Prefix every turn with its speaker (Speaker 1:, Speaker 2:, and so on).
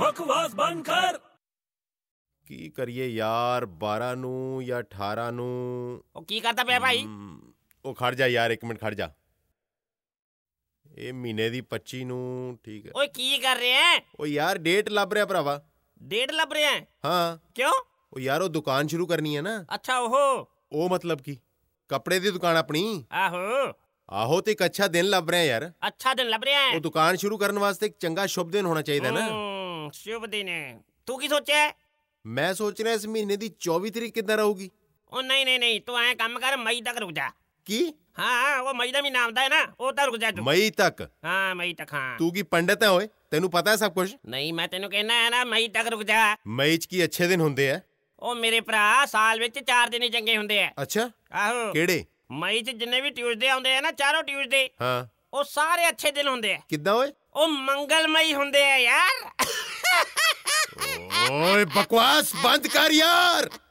Speaker 1: ਬਕਵਾਸ ਬੰਦ ਕਰ
Speaker 2: ਕੀ ਕਰੀਏ ਯਾਰ 12 ਨੂੰ ਜਾਂ 18 ਨੂੰ
Speaker 3: ਉਹ ਕੀ ਕਰਦਾ ਪਿਆ ਭਾਈ
Speaker 2: ਹਮ, ਉਹ ਖੜ ਜਾ ਯਾਰ 1 ਮਿੰਟ ਖੜ ਜਾ ਇਹ ਮਹੀਨੇ ਦੀ 25 ਨੂੰ ਠੀਕ ਹੈ
Speaker 3: ਓਏ ਕੀ ਕਰ ਰਿਹਾ ਹੈ
Speaker 2: ਉਹ ਯਾਰ ਡੇਟ ਲੱਭ ਰਿਹਾ ਭਰਾਵਾ
Speaker 3: ਡੇਢ ਲੱਭ ਰਿਹਾ ਹੈ
Speaker 2: ਹਾਂ
Speaker 3: ਕਿਉਂ
Speaker 2: ਉਹ ਯਾਰ ਉਹ ਦੁਕਾਨ ਸ਼ੁਰੂ ਕਰਨੀ ਹੈ ਨਾ
Speaker 3: ਅੱਛਾ ਓਹੋ
Speaker 2: ਉਹ ਮਤਲਬ ਕੀ ਕੱਪੜੇ ਦੀ ਦੁਕਾਨ ਆਪਣੀ
Speaker 3: ਆਹੋ
Speaker 2: ਆਹੋ ਤੇ ਇੱਕ ਅੱਛਾ ਦਿਨ ਲੱਭ ਰਿਹਾ ਯਾਰ
Speaker 3: ਅੱਛਾ ਦਿਨ ਲੱਭ ਰਿਹਾ ਹੈ
Speaker 2: ਉਹ ਦੁਕਾਨ ਸ਼ੁਰੂ ਕਰਨ ਵਾਸਤੇ ਇੱਕ ਚੰਗਾ ਸ਼ੁਭ ਦਿਨ ਹੋਣਾ ਚਾਹੀਦਾ ਨਾ
Speaker 3: ਹਮ, ਸ਼ੁਭ ਦਿਨ ਹੈ ਤੂੰ ਕੀ ਸੋਚਿਆ ਹੈ?
Speaker 2: ਮੈਂ ਸੋਚ ਰਿਹਾ ਇਸ ਮਹੀਨੇ ਦੀ 24 ਤਰੀਕ ਕਿੱਦਾਂ ਰਹੂਗੀ
Speaker 3: ਉਹ ਨਹੀਂ ਨਹੀਂ ਨਹੀਂ ਤੂੰ ਐਂ ਕੰਮ ਕਰ ਮਈ ਤੱਕ ਰੁਕ ਜਾ
Speaker 2: ਕੀ
Speaker 3: ਹਾਂ ਉਹ ਮਈ ਦਾ ਮਹੀਨਾ ਆਉਂਦਾ ਹੈ ਨਾ ਉਹ ਤਾਂ ਰੁਕ ਜਾ ਤੂੰ
Speaker 2: ਮਈ ਤੱਕ
Speaker 3: ਹਾਂ ਮਈ ਤੱਕ ਹਾਂ
Speaker 2: ਤੂੰ ਕੀ ਪੰਡਤ ਹੈ ਓਏ ਤੈਨੂੰ ਪਤਾ ਹੈ ਸਭ ਕੁਝ
Speaker 3: ਨਹੀਂ ਮੈਂ ਤੈਨੂੰ ਕਹਿਣਾ ਹੈ ਨਾ ਮਈ ਤੱਕ ਰੁਕ ਜਾ
Speaker 2: ਮਈ 'ਚ ਕੀ ਅੱਛੇ ਦਿਨ ਹੁੰਦੇ ਆ
Speaker 3: ਉਹ ਮੇਰੇ ਭਰਾ ਸਾਲ ਵਿੱਚ 4 ਦਿਨ ਹੀ ਚੰਗੇ ਹੁੰਦੇ ਆ
Speaker 2: ਅੱਛਾ
Speaker 3: ਆਹੋ
Speaker 2: ਕਿਹੜੇ
Speaker 3: ਮਈ 'ਚ ਜਿੰਨੇ ਵੀ ਟਿਊਜ਼ਡੇ ਆਉਂਦੇ ਆ ਨਾ ਚਾਰੋਂ ਟਿਊਜ਼ਡੇ
Speaker 2: ਹਾਂ
Speaker 3: ਉਹ ਸਾਰੇ ਅੱਛੇ ਦਿਨ ਹੁੰਦੇ ਆ
Speaker 2: ਕਿੱਦਾਂ ਓਏ
Speaker 3: ਉਹ ਮੰਗਲਮਈ ਹੁੰਦੇ ਆ ਯਾਰ
Speaker 2: ਓਏ ਬਕਵਾਸ ਬੰਦ ਕਰ ਯਾਰ